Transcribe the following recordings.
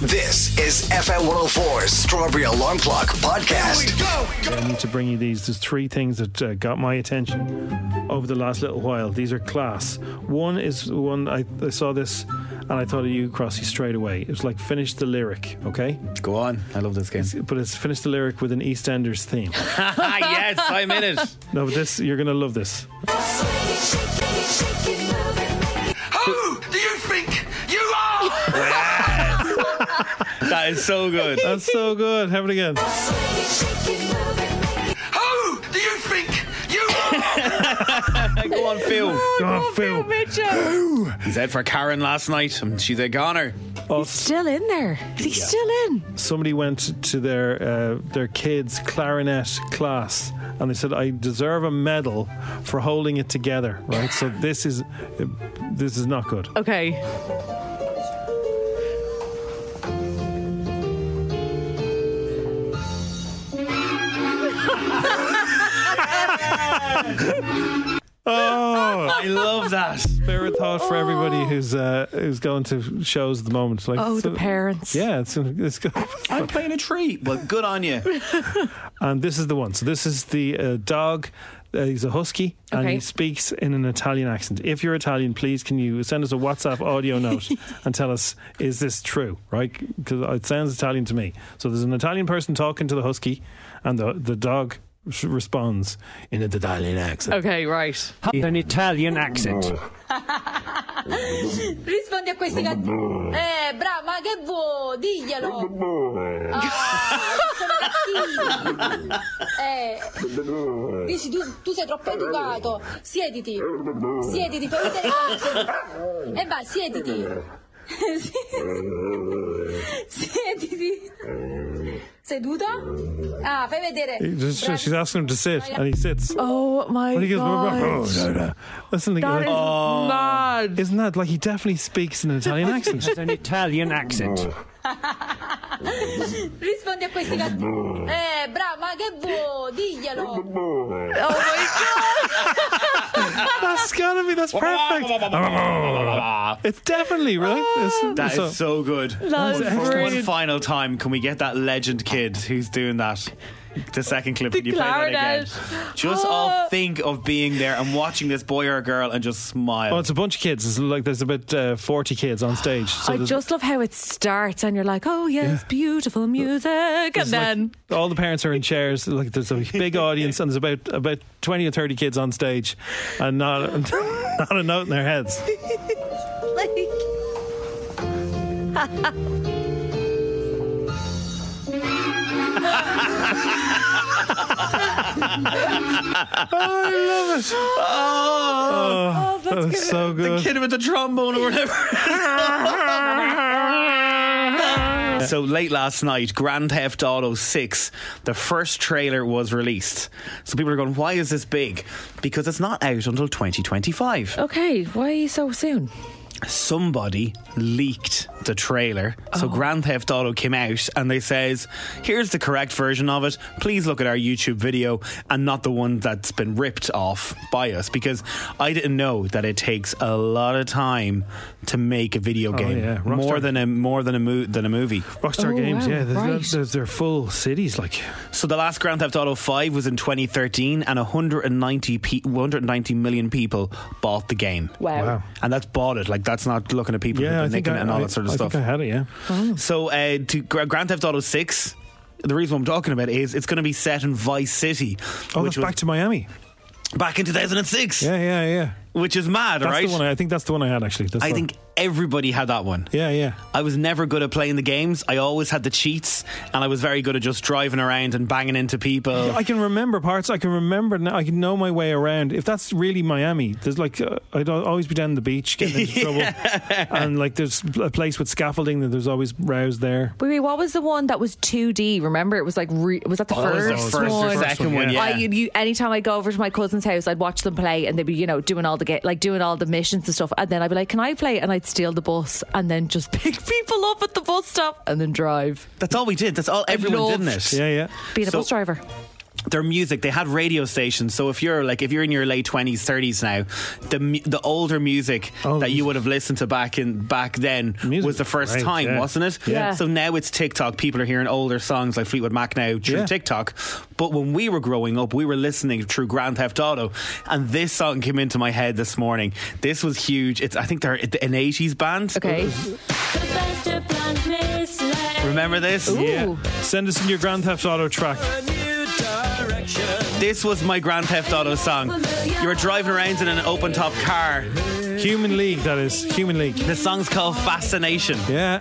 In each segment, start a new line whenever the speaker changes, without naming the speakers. This is FM 104's Strawberry Alarm Clock Podcast.
I need to bring you these. There's three things that uh, got my attention over the last little while. These are class. One is one I, I saw this and I thought of you, Crossy, straight away. It was like finish the lyric, okay?
Go on. I love this game.
But it's finish the lyric with an EastEnders theme.
ah, yes, I'm in it.
no, but this you're gonna love this.
Who do you think you are?
That is so good.
That's so good. Have it again.
Oh,
Who do you think you are?
Go on, Phil.
Oh, Phil.
He's out for Karen last night. and She's a goner.
Still in there. Is he still in?
Oh, somebody went to their uh, their kids' clarinet class and they said, "I deserve a medal for holding it together." Right? so this is uh, this is not good.
Okay.
I love that.
Spare a thought for everybody who's uh, who's going to shows at the moment. Like,
Oh, the parents.
Yeah, it's, it's good.
I'm playing a tree. Well, good on you.
and this is the one. So this is the uh, dog. Uh, he's a husky and
Okay.
he speaks in an Italian accent. If you're Italian, please can you send us a WhatsApp audio note and tell us is this true, right? Because it sounds Italian to me. So there's an Italian person talking to the husky, and the the dog s- responds in an Italian accent.
Okay, right.
an Italian accent.
Rispondi a questi cazzi. Eh, bravo, ma che vuoi? Diglielo. Ah, sono cattivi. Eh, dici tu, tu sei troppo educato. Siediti. Siediti, fai vedere. E vai, siediti. Siediti. Seduta? Ah, fai vedere.
He just-
Bravi.
she's asking him to sit, and he sits.
Oh my
And he goes,
god.
"Oh, no, no." Listen,
That
like,
is
Oh.
mad.
isn't that like he definitely speaks in an Italian accent?
an Italian accent.
Rispondi a questi cazzi. Eh, bravo, ma che vuoi? Diglielo.
That's gotta be that's perfect. it's definitely right. It's-
That
so-
is so good.
That is
For one
brilliant.
final time, can we get that legend kid who's doing that? The second clip when you play that again. Just
Uh,
all think of being there and watching this boy or girl and just smile.
Oh, it's a bunch of kids. It's like there's about uh, forty kids on stage. So
I
there's-
just love how it starts and you're like, oh yes, beautiful music. And
there's like-
then
all the parents are in chairs. Like there's a big audience, and there's about about twenty or thirty kids on stage, and not not a note in their heads.
like
Oh,
that's
that was
good.
so
the
good.
kid with the trombone or whatever. so late last night, Grand Theft Auto 6, the first trailer was released. So people are going, why is this big? Because it's not out until 2025.
Okay, why so soon?
Somebody leaked the trailer.
Oh.
So Grand Theft Auto came out and they says, "Here's the correct version of it. Please look at our YouTube video and not the one that's been ripped off by us because I didn't know that it takes a lot of time to make a video
Oh,
game.
yeah. Rockstar-
More than a more than a mo- than a movie.
Rockstar
Oh,
Games,
wow,
yeah, there's,
right.
there's their full cities. Like,
So the last Grand Theft Auto 5 was in 2013 and 190 pe- 190 million people bought the game.
wow.
And that's bought it. Like that's not looking at people who've
Yeah, I
been
think
nicking
I,
it and all
I-
that sort of
I
stuff.
think I had it. Yeah,
So uh, to Gra- Grand Theft Auto 6, the reason I'm talking about it is it's going to be set in Vice City,
oh,
which
that's
was
back to Miami.
back in 2006,
Yeah, yeah, yeah.
which is mad,
That's
right?
the one. I, I think that's the one I had actually. That's
I
the one.
think everybody had that one.
Yeah, yeah.
I was never good at playing the games. I always had the cheats, and I was very good at just driving around and banging into people.
I can remember parts. I can remember now. I can know my way around. If that's really Miami, there's like uh, I'd al- always be down the beach getting into trouble, and like there's a place with scaffolding that there's always rows there.
Wait, wait, what was the one that was 2D? Remember, it was like, re- was that the
Oh, That was
first,
the first or
one?
second one, yeah.
I, you, anytime I go over to my cousin's house, I'd watch them play and they'd be, you know, doing all the ga- like doing all the missions and stuff. And then I'd be like, can I play? And I'd steal the bus and then just pick people up at the bus stop and then drive.
That's all we did. That's all everyone did in
loved-
it.
Yeah, yeah.
Being a
So-
bus driver.
their music they had radio stations so if you're like if you're in your late 20s 30s now the mu- the older music
Oh,
that you
music.
would have listened to back in back then
Music
was the
was
first
great,
time
yeah.
wasn't it
Yeah.
so now it's TikTok people are hearing older songs like Fleetwood Mac now through
Yeah.
TikTok but when we were growing up we were listening through Grand Theft Auto and this song came into my head this morning this was huge it's I think they're an 80s band
Okay.
remember this
Yeah.
Ooh.
Send us in your Grand Theft Auto track.
this was my Grand Theft Auto song you were driving around in an open top car
Human League, that is. Human League.
The song's called Fascination.
Yeah.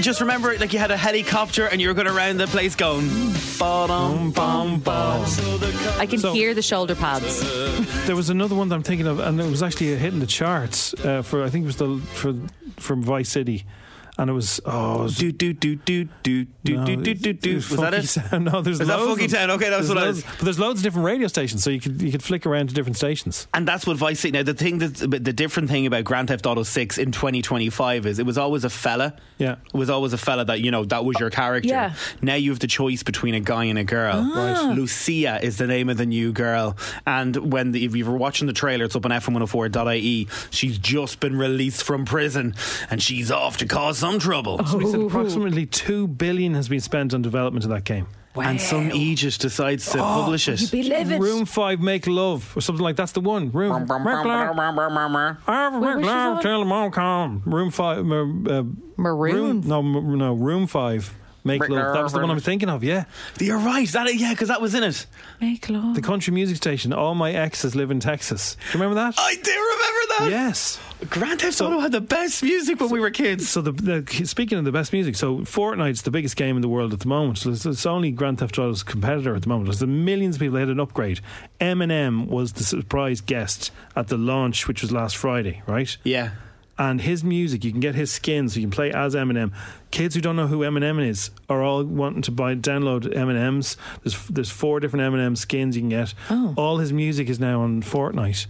Just remember, like you had a helicopter and you were going around the place going. Ba-dum, bum, bum.
I can
So-
hear the shoulder pads.
There was another one that I'm thinking of, and it was actually hitting the charts uh, for, I think it was the for from Vice City. And it was, oh, it was-
Do do do do do do
no,
do do do do.
it's
Was that
Funky
it?
Town. No, there's
Is that
loads of
Funky
them.
Town? Okay, that was
There's
what I
loads-
was-
But there's loads of different radio stations, so you could you could flick around to different stations.
And that's what Vice City. Now, the thing that's but the different thing about Grand Theft Auto Six in 2025 is it was always a fella.
Yeah.
it was always a fella that you know that was your character.
Yeah.
Now you have the choice between a guy and a girl. Right. Lucia is the name of the new girl, and when the, if you were watching the trailer, it's up on fm104.ie. E. She's just been released from prison, and she's off to cause some trouble.
So we said approximately two billion has been spent on development of that game.
And some Aegis decides to publish it.
Room five, make love or something like that's the one. Room. Make love. Have a
Wait,
big
which is
laugh,
on?
tell 'em I'll come. Room five. Uh, uh,
Maroon.
Room, no, m- no. Room five. Make
Make
love. That was the one
love.
I'm thinking of. Yeah,
You're right. That yeah, because that was in it.
Make love.
the country music station. All my exes live in Texas. Do you remember that?
I do remember that.
yes.
Grand Theft Auto had the best music when we were kids.
So the, the speaking of the best music, so Fortnite's the biggest game in the world at the moment. So it's, it's only Grand Theft Auto's competitor at the moment. There's the millions of people that had an upgrade. Eminem was the surprise guest at the launch, which was last Friday, right?
Yeah.
and his music, you can get his skin, so you can play as Eminem. Kids who don't know who Eminem is are all wanting to buy download Eminems. There's there's four different Eminem skins you can get.
Oh.
All his music is now on Fortnite,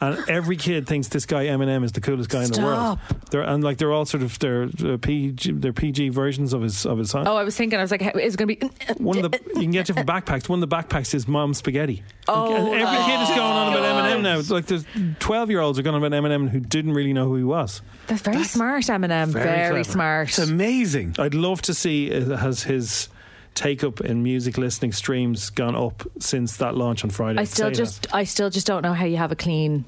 and every kid thinks this guy Eminem is the coolest guy in the world. They're and like they're uh, all sort of their their PG, their PG versions of his of his song.
Oh, I was thinking, I was like, is it going to be.
One of the you can get different backpacks. One of the backpacks is mom spaghetti.
Oh,
and every kid is going on about
God.
Eminem now. It's like there's twelve year olds are going on about Eminem who didn't really know who he was.
That's very smart, Eminem. Very,
clever.
smart.
It's amazing.
I'd love to see uh, has his take up in music listening streams gone up since that launch on Friday.
I still
Say
just, I still just don't know how you have a clean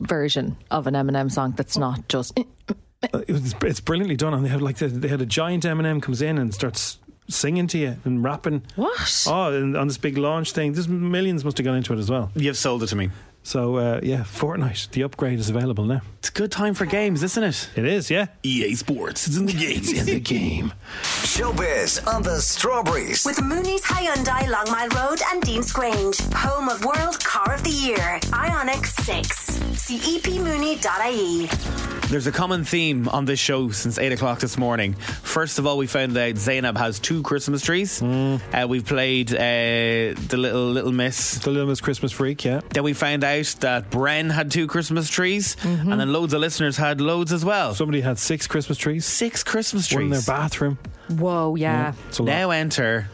version of an Eminem song that's not just.
that. Uh, it was- it's brilliantly done, and they had like the, they had a giant Eminem comes in and starts singing to you and rapping.
What?
Oh, and on this big launch thing, there's millions must have gone into it as well.
You've sold it to me.
So uh, yeah, Fortnite, the upgrade is available now.
It's a good time for games, isn't it?
It is, yeah.
EA E Sports. It's in the games. in the game.
Showbiz on the strawberries.
With Mooney's Hyundai Long Mile Road and Dean's Grange, home of World Car of the Year, Ionic E 6. CEPMooney.ie.
There's a common theme on this show since 8 o'clock this morning. First of all, we found out Zainab has two Christmas trees. Uh, we played uh, The Little Little Miss.
The Little Miss Christmas Freak, yeah.
Then we found out out that Bren had two Christmas trees, and then loads of listeners had loads as well.
Somebody had six Christmas trees.
Six Christmas trees
One in their bathroom.
Whoa, yeah.
It's a lot.
Now enter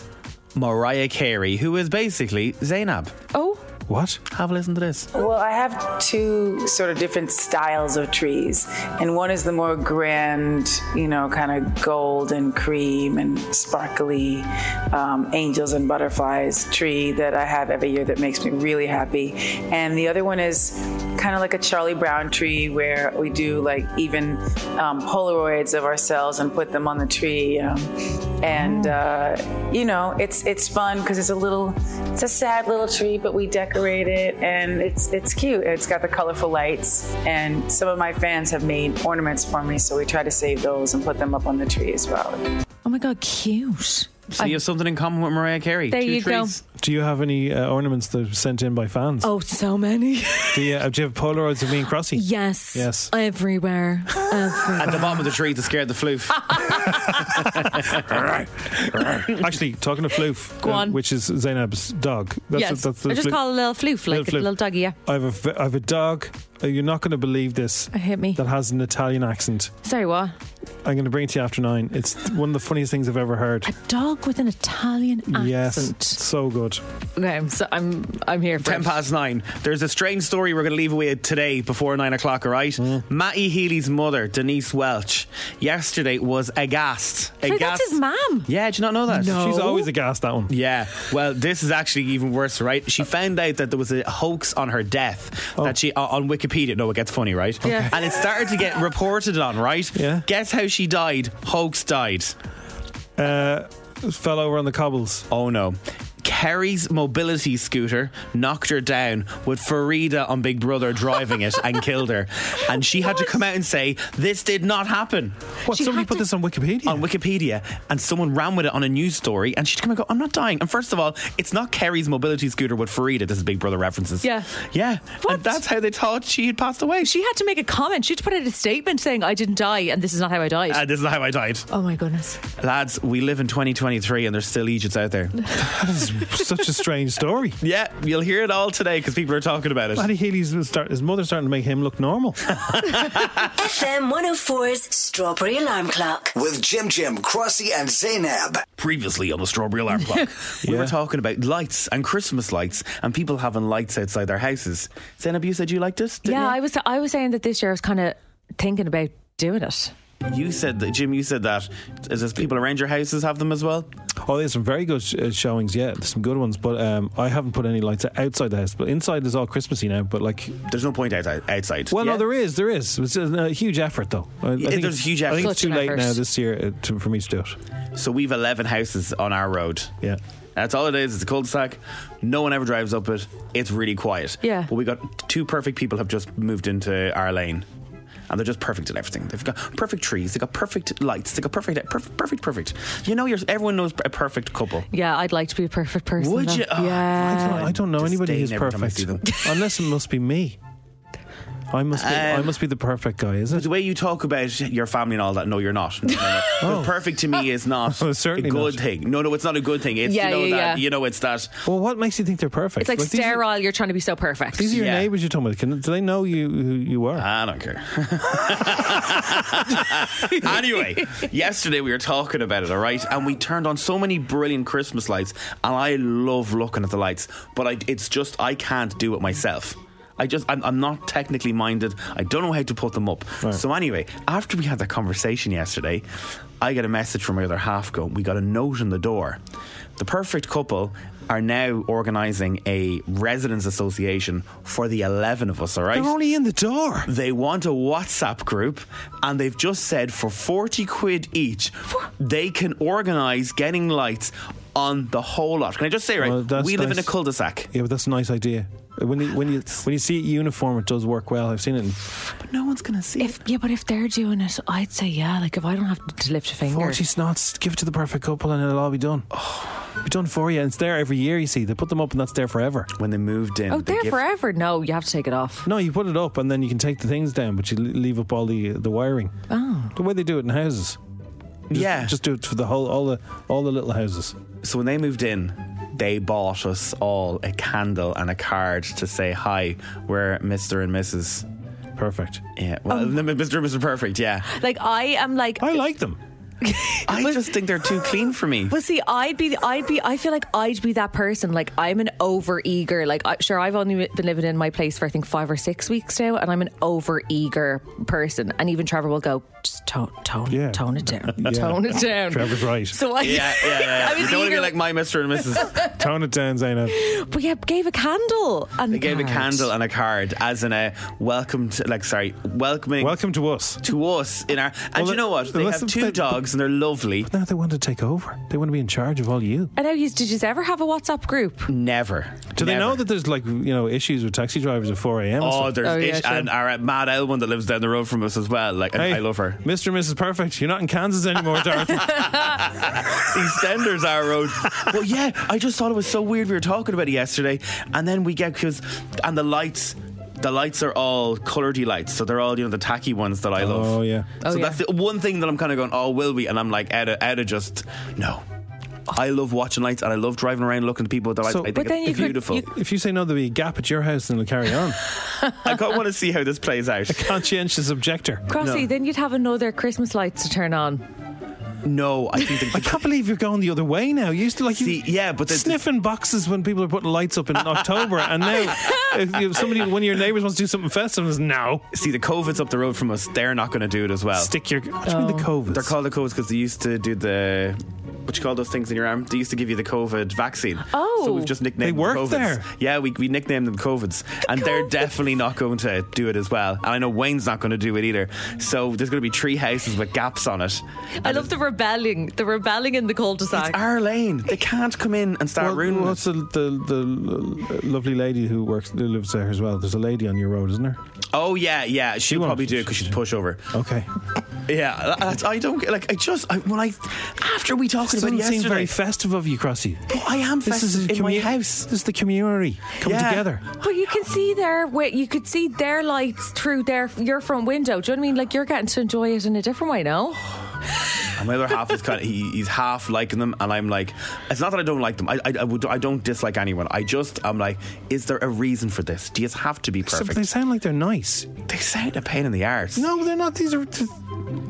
Mariah Carey, who is basically Zaynab.
Oh,
What?
Have a listen to this.
Well, I have two sort of different styles of trees. And one is the more grand, you know, kind of gold and cream and sparkly um, angels and butterflies tree that I have every year that makes me really happy. And the other one is kind of like a Charlie Brown tree where we do like even um, Polaroids of ourselves and put them on the tree. Um, and, uh, you know, it's, it's fun because it's a little, it's a sad little tree, but we decorate it and it's it's cute. It's got the colorful lights and some of my fans have made ornaments for me, so we try to save those and put them up on the tree as well.
oh my God, cute.
So you have something in common with Mariah Carey.
There
two
you go.
trees.
Do you have any uh, ornaments that are sent in by fans?
Oh, so many.
Do, you, uh, do you have Polaroids of me and Crossy?
yes.
Yes.
Everywhere. Everywhere.
At the bottom of the tree to scare the floof.
Actually, talking to Floof, uh,
Go on.
which is Zainab's dog. That's
yes.
that's the
I just
Floof.
call it a little floof, like
Little
a
floof.
little doggy, yeah.
I have a, v- I have a dog. uh, You're not going to believe this.
It hit me.
That has an Italian accent.
Sorry, what?
I'm going to bring it to you after nine. It's th- one of the funniest things I've ever heard.
Dog with an Italian accent.
Yes, so good.
Okay, I'm, so, I'm, I'm here for
Ten
it.
past nine. There's a strange story we're going to leave away today before nine o'clock. All right. Matty Healy's mother, Denise Welch, yesterday was aghast.
Sorry,
Aghast.
that's his mum.
Yeah, did you not know that?
No.
She's always aghast, that one.
Yeah. Well, this is actually even worse, right? She found out that there was a hoax on her death that she o- on Wikipedia. No, it gets funny, right?
Yeah.
And it started to get reported on, right?
Yeah.
Guess how she died? Hoax died.
Uh, fell over on the cobbles.
Oh no. Kerry's mobility scooter knocked her down with Farida on Big Brother driving it and killed her. And she had to come out and say, This did not happen
What?
She
somebody
had
put
to-
this on Wikipedia.
on Wikipedia. And someone ran with it on a news story. And she'd come and go, I'm not dying. And first of all, it's not Kerry's mobility scooter with Farida. This is Big Brother references.
Yeah.
Yeah.
What?
And that's how they thought she had passed away.
She had to make a comment. She had to put out a statement saying, I didn't die and this is not how I died.
And Uh, this is how I died.
oh my goodness.
Lads, we live in 2023 and there's still Egypts out there.
Oh.
Such a strange story.
yeah, you'll hear it all today because people are talking about it.
Paddy Healy's start, his mother's starting to make him look normal.
FM 104's Strawberry Alarm Clock.
With Jim Jim, Crossy, and Zainab.
previously on the Strawberry Alarm Clock. We were
Yeah.
talking about lights and Christmas lights and people having lights outside their houses. Zainab, you said you liked it? didn't
Yeah, I was I was saying that this year I was kind of thinking about doing it.
You? You said that, Jim, you said that. Is this people around your houses have them as well?
Oh, there's some very good sh- uh, showings. Yeah, there's some good ones. But um, I haven't put any lights outside the house. But inside is all Christmassy now. But like,
There's no point out, outside.
well,
Yeah?
no, there is, there is. It's a, a huge effort, though. I, I
Yeah,
think
there's
it's-
a huge
I think it's
effort.
too
Such an
late
effort.
now this year uh, to, for me to do it.
So we've 11 houses on our road.
Yeah.
That's all it is. It's a cul-de-sac. No one ever drives up it. It's really quiet.
Yeah.
But we got two perfect people have just moved into our lane. And they're just perfect at everything. They've got perfect trees. They've got perfect lights. They've got perfect, perfect, perfect, perfect. You know, you're, everyone knows a perfect couple.
Yeah, I'd like to be a perfect person.
Would
though.
you? Oh,
yeah.
I don't know anybody
Disdain
who's
every time I
perfect,
see them.
unless it must be me. I must be. I
Um,
must be the perfect guy, is it?
The way you talk about your family and all that, no, you're not. No, no, no. Because Perfect to me is not
Oh,
a
certainly
good
not.
thing. No, no, it's not a good thing. It's
Yeah,
you know
yeah,
that
yeah.
you know it's that
Well, what makes you think they're perfect?
It's like,
these are-
sterile, you're trying to be so perfect.
These are your
Yeah. Uh,
neighbours you're talking about. Can, do they know you who you are?
I don't care. anyway, yesterday we were talking about it, all right? And we turned on so many brilliant Christmas lights, and I love looking at the lights, but I, it's just I can't do it myself. I just I'm, I'm not technically minded. I don't know how to put them up. So anyway, after we had that conversation yesterday, I got a message from my other half. Go, we got a note in the door. The perfect couple are now organising a residents association for the eleven of us. All right,
They're only in the door.
they want a WhatsApp group, and they've just said for 40 quid each, they can organise getting lights on the whole lot. Can I just say, right?
Well, that's
we live in a
nice.
cul de sac.
Yeah, but that's a nice idea. When you when you when you see it uniform, it does work well. I've seen it. in
But no one's going to see
If yeah, but if they're doing it, I'd say yeah. Like if I don't have to lift a finger,
Forty snots. Give it to the perfect couple, and it'll all be done.
Oh.
Be done for you. And it's there every year. You see, they put them up, and that's there forever.
When they moved in,
oh,
they
there
give-
forever. No, you have to take it off.
No, you put it up, and then you can take the things down, but you l- leave up all the the wiring.
Oh,
The way they do it in houses. Just,
Yeah.
Just do it for the whole all the all the little houses.
So when they moved in, they bought us all a candle and a card to say, Hi, we're Mr. and Mrs.
Perfect.
Yeah. Well,
Um,
Mr. and Mrs. Perfect, yeah.
Like I am like
I like them.
I just think they're too clean for me.
But see, I'd be, I'd be, I feel like I'd be that person. Like I'm an over eager. Like I, sure, I've only been living in my place for I think five or six weeks now, and I'm an over eager person. And even Trevor will go, just tone, tone, tone it down, tone it down.
Trevor's right.
So I-
yeah, yeah, yeah.
I
you
was
don't want to be
eager-
like my Mr. and Mrs.
Tone it down, Zainab.
But yeah, gave a candle and
They gave a
cards.
candle and a card as in a welcome to, like, sorry, welcoming.
Welcome to us.
To us in our. And
Well,
you know what? They
unless
have
it's
two
the-
dogs and they're lovely.
Now they want to take over. They want to be in charge of all you.
I know. You, did you ever have a WhatsApp group?
Never.
Do they know that there's like you know issues with taxi drivers at 4 a.m. and
Oh,
stuff?
there's ish, and our mad owl one that lives down the road from us as well. Like, and
Hey,
I love her.
Mr. and Mrs. Perfect, you're not in Kansas anymore, Dorothy.
EastEnders our road. well, yeah, I just thought it was so weird. We were talking about it yesterday, and then we get because and the lights. The lights are all coloredy lights, so they're all you know the tacky ones that I love.
Oh, yeah.
So
Oh, yeah.
that's the one thing that I'm kind of going, oh, will we? And I'm like, out of, out of just no. I love watching lights, and I love driving around looking at people with their lights. I think it's beautiful.
if you say no, there'll be a gap at your house and it'll carry on.
I kind of want to see how this plays out. A
conscientious objector.
Crossy, then you'd have another Christmas lights to turn on.
No, I think
I can't believe you're going the other way now. You used to like you
yeah, but
sniffing boxes when people are putting lights up in October, and now if you- somebody one of your neighbours wants to do something festive, is now.
See, the COVID's up the road from us. They're not going to do it as well.
Stick your. What do you mean the COVID?
Oh. They're called the COVIDs because they used to do the. What you call those things in your arm? They used to give you the COVID vaccine.
Oh.
so we've just nicknamed
They
them
work
COVIDs.
there.
Yeah, we, we nicknamed them COVIDs, and they're definitely not going to do it as well. And I know Wayne's not going to do it either. So there's going to be tree houses with gaps on it.
I love the rebelling, the rebelling in the cul-de-sac. It's
our lane. They can't come in and start ruining it.
What's the, the the lovely lady who works who lives there as well? There's a lady on your road, isn't there?
Oh yeah, yeah. She'll probably do it because she'd push over.
Okay.
Yeah, that's, I don't like. I just I, when I after we talked
This
about
doesn't
it yesterday,
seem very festive of you, Crossy.
But I am
This is
festive
a
in my
commu-
house.
This is the community coming
Yeah.
together.
But you can see their wi- you could see their lights through their your front window. Do you know what I mean? Like you're getting to enjoy it in a different way now.
And my other half is kind of he, he's half liking them, and I'm like, it's not that I don't like them. I I, I, would, I don't dislike anyone. I just I'm like, is there a reason for this? Do you have to be
So
perfect?
they sound like they're nice.
They sound a pain in the arse.
No, they're not. These are.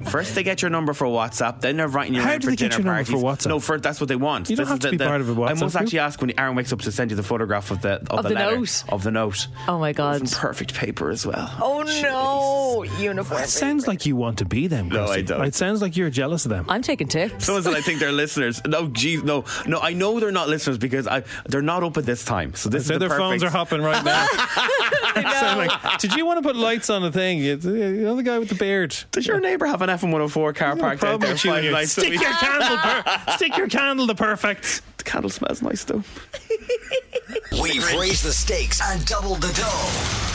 First they get your number for WhatsApp, then they're writing you
How
around
do
for
they get
dinner
your number
parties.
for WhatsApp?
No, for that's what they want.
You don't have to be part of a
I
WhatsApp
must
group.
actually ask when Aaron wakes up to send you the photograph of the of,
Of the
letter,
note.
of the note.
Oh my god!
perfect paper as well.
Oh no, uniform.
It sounds like you want to be them.
No, I
Crossy.
don't.
It sounds like you're jealous of them.
I'm taking tips.
Someone said I think they're listeners. No, geez, no, no. I know they're not listeners because I they're not up at this time. So this
So
is the
their phones
perfect-
are hopping right now. Sound like, Did you want to put lights on the thing? You you know the guy with the beard.
Does your neighbour have an F one hundred and four car
No
parked out
problem
there?
with you.
five
and you
nights a
stick
week?
your candle. Per- stick your candle to perfect.
The candle smells nice though.
We've raised the stakes and doubled the dough.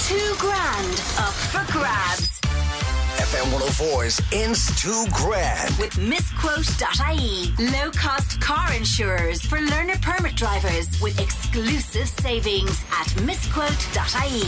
Two grand up for grabs
FM 104's Ins 2 Grand.
with misquote.ie. Low cost car insurers for learner permit drivers with exclusive savings at misquote.ie.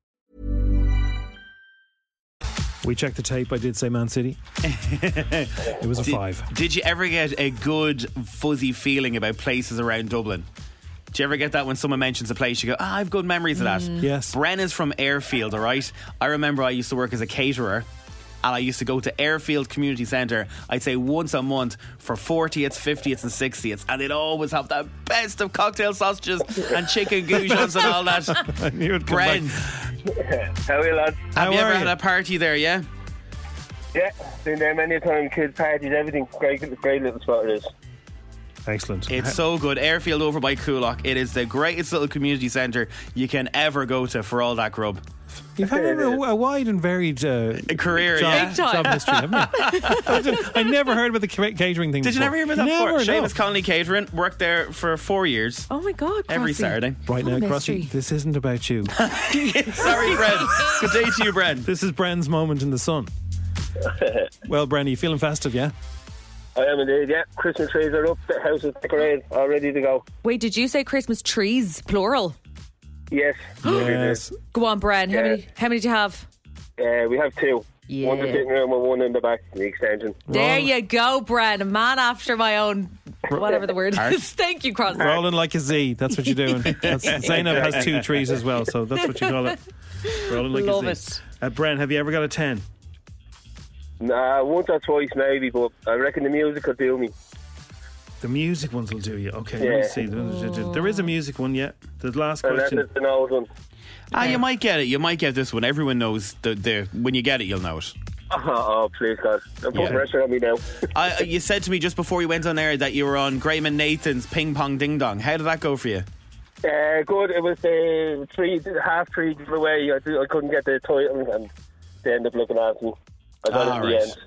We checked the tape. I did say Man City. it was a
Did-
five.
Did, you ever get a good fuzzy feeling about places around Dublin? Do you ever get that when someone mentions a place, you go, ah, I have good memories of that?
Yes.
Bren is from Airfield, all right? I remember I used to work as a caterer and I used to go to Airfield Community Centre, I'd say once a month for 40th, 50th, and 60th, and they'd always have the best of cocktail sausages and chicken goujons and all that.
I knew it'd come
Bread.
back.
How are you, lads?
Have you ever had a party there, yeah?
Yeah, been there many a time. Kids parties, everything. Great, great little spot it is.
Excellent.
It's so good. Airfield over by Coolock. It is the greatest little community centre you can ever go to for all that grub.
You've had a, a wide and varied uh,
career,
job,
yeah. Big time.
job history, haven't you? I didn't- I never heard about the ca- catering thing.
Did you
before.
never hear about that
Never,
before?
no.
Seamus Connolly Catering worked there for four years.
Oh my God.
Every Saturday.
Right now, Crossy, this isn't about you.
Sorry, Brad. Good day to you, Brad.
This is Bren's moment in the sun. Well, Bren, are you feeling festive, yeah?
I am indeed. Yeah, Christmas trees are up. The house is decorated, all ready to go.
Wait, did you say Christmas trees, plural?
Yes.
Go on, Bren. How
Yeah.
many? How many do you have?
Uh, we have two. One in
Yeah.
the sitting room and one in the back, the extension.
There you go, Bren. A man after my own, whatever the word
Heart.
is. Thank you, Crosby.
Rolling like a Z. That's what you're doing. That's, Zainab has two trees as well, so that's what you call it. Rolling like
Love
a Z. Uh, Bren, have you ever got a 10?
Nah, once or twice maybe, but I reckon the music will do me.
The music ones will do you. Okay, let me
Yeah.
see. There is a music one, yeah. The last
And that's
question.
just an old one.
Ah, you might get it. You might get this one. Everyone knows the, the when you get it, you'll know it.
Oh, oh, please, God. Don't put
Yeah.
pressure on me now.
I, uh, you said to me just before you went on air that you were on Graham and Nathan's Ping Pong Ding Dong. How did that go for you?
Uh, good. It was the three half three giveaway. I, do- I couldn't get the title, and they ended up looking after me. I got it
Ah,
in
right.
the end.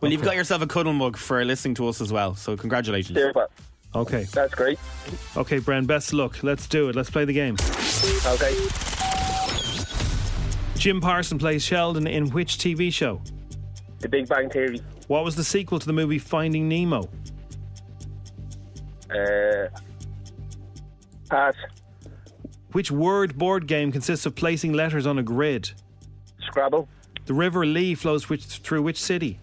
Well, you've got yourself a cuddle mug for listening to us as well. So congratulations.
Super.
Okay.
That's great.
Okay, Bren, best of luck. Let's do it. Let's play the game.
Okay.
Jim Parson plays Sheldon in which TV show?
The Big Bang Theory.
What was the sequel to the movie Finding Nemo?
Uh, pass.
Which word board game consists of placing letters on a grid?
Scrabble.
The River Lee flows which, through which city?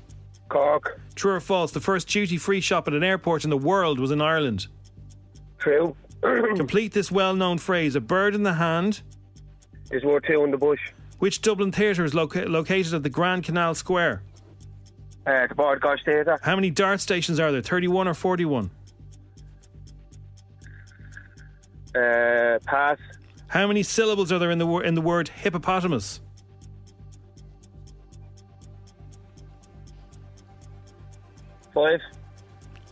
Cork.
True or false? The first duty free shop at an airport in the world was in Ireland.
True. Mm.
Complete this well known phrase a bird in the hand.
There's more two in the bush.
Which Dublin theatre is loca- located at the Grand Canal Square?
Uh, the Bard Gosh Theatre.
How many dart stations are there? 31 or 41?
Uh, pass.
How many syllables are there in the, wor- in the word hippopotamus?
Five.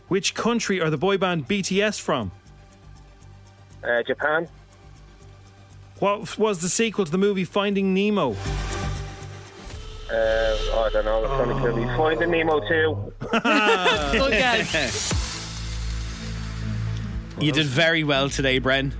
Which country are the boy band BTS from?
Uh, Japan.
What was the sequel to the movie Finding Nemo?
Uh, I don't know. It's going to kill me. Finding Nemo 2.
You did very well today, Bren.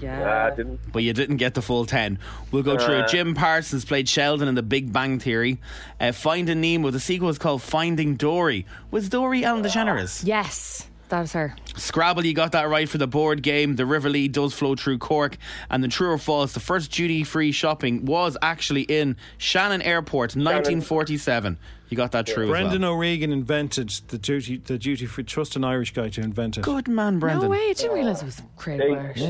Nah, I didn't.
But you didn't get the full 10. We'll go through
Uh.
it. Jim Parsons played Sheldon in The Big Bang Theory. Uh, Finding Nemo. The sequel is called Finding Dory. Was Dory Ellen DeGeneres?
Yes, that is her.
Scrabble, you got that right for the board game. The River Lee does flow through Cork. And the true or false, the first duty free shopping was actually in Shannon Airport, 1947. You got that true as well.
Brendan O'Regan invented the duty the duty free trust an Irish guy to invent it.
Good man,
No way, I didn't realise it was creative Irish.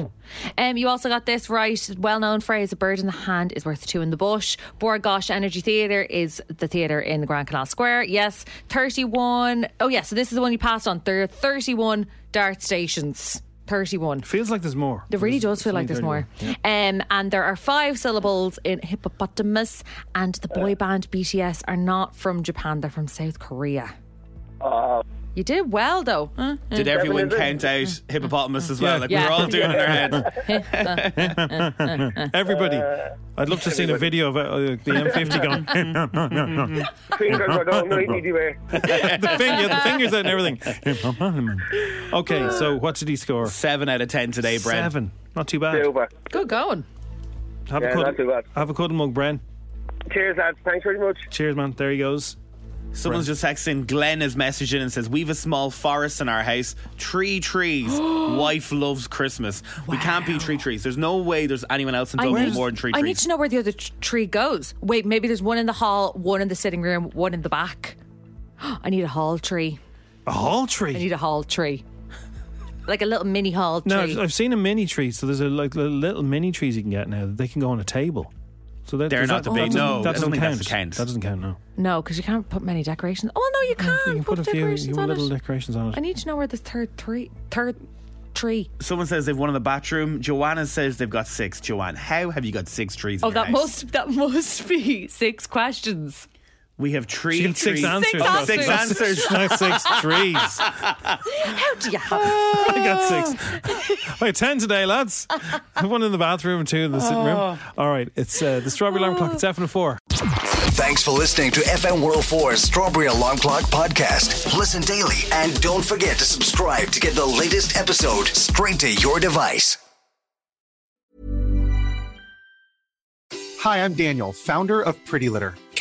Um, you also got this right. Well known phrase, a bird in the hand is worth two in the bush. Borgosh Energy Theatre is the theatre in Grand Canal Square. Yes, 31. Oh, yeah, so this is the one you passed on. There are 31 dart stations. 31.
Feels like there's more.
It really does feel like there's more. Um, and there are five syllables in hippopotamus, and the boy band BTS are not from Japan, they're from South Korea.
Uh,
You did well, though. Uh, uh.
Did everyone count out hippopotamus as well? Like we
Yeah.
were all doing it in our heads.
Everybody, I'd love to see a video of uh, uh, the M50 going.
Fingers are going 90 way.
the, finger, the fingers out and everything. okay, so what did he score?
Seven out of ten today, Bren.
Seven. Not too bad.
Super.
Good going.
Have, a
Yeah,
cuddle,
not too bad.
have a cuddle mug, Bren.
Cheers, lads. Thanks very much.
Cheers, man. There he goes.
Someone's just texting. Glenn is messaging and says, "We've a small forest in our house. Three trees. Wife loves Christmas. We can't be three trees. There's no way there's anyone else in
I
Dublin
need-
more than three
I
trees.
need to know where the other t- tree goes. Wait, maybe there's one in the hall, one in the sitting room, one in the back. I need a hall tree.
A hall
I
tree.
need a hall tree. Like a little mini hall
No,
tree.
I've seen a mini tree. So there's a like little mini trees you can get now that they can go on a table. So that,
They're
does
not
that,
to be-
that doesn't-
no,
that
I don't
doesn't
think
count.
that's the count.
That doesn't count. No.
No, because you can't put many decorations. Oh no, you can, put,
a few- you
decorations
want
on
little
it.
decorations on it.
I need to know where the third three, third tree.
Someone says they've one in the bathroom. Joanna says they've got six. Joanne, how have you got six trees?
Oh,
in your
that
house?
must that must be six questions.
We have tree.
She got six
trees.
answers.
Oh,
Six
Six answers.
answers. Not six trees.
How do you have?
I got six. I ten today, lads. One in the bathroom and two in the sitting
Oh.
room. All right, it's uh, the strawberry alarm clock. It's FM four.
Thanks for listening to FM World 4's Strawberry Alarm Clock podcast. Listen daily and don't forget to subscribe to get the latest episode straight to your device.
Hi, I'm Daniel, founder of Pretty Litter.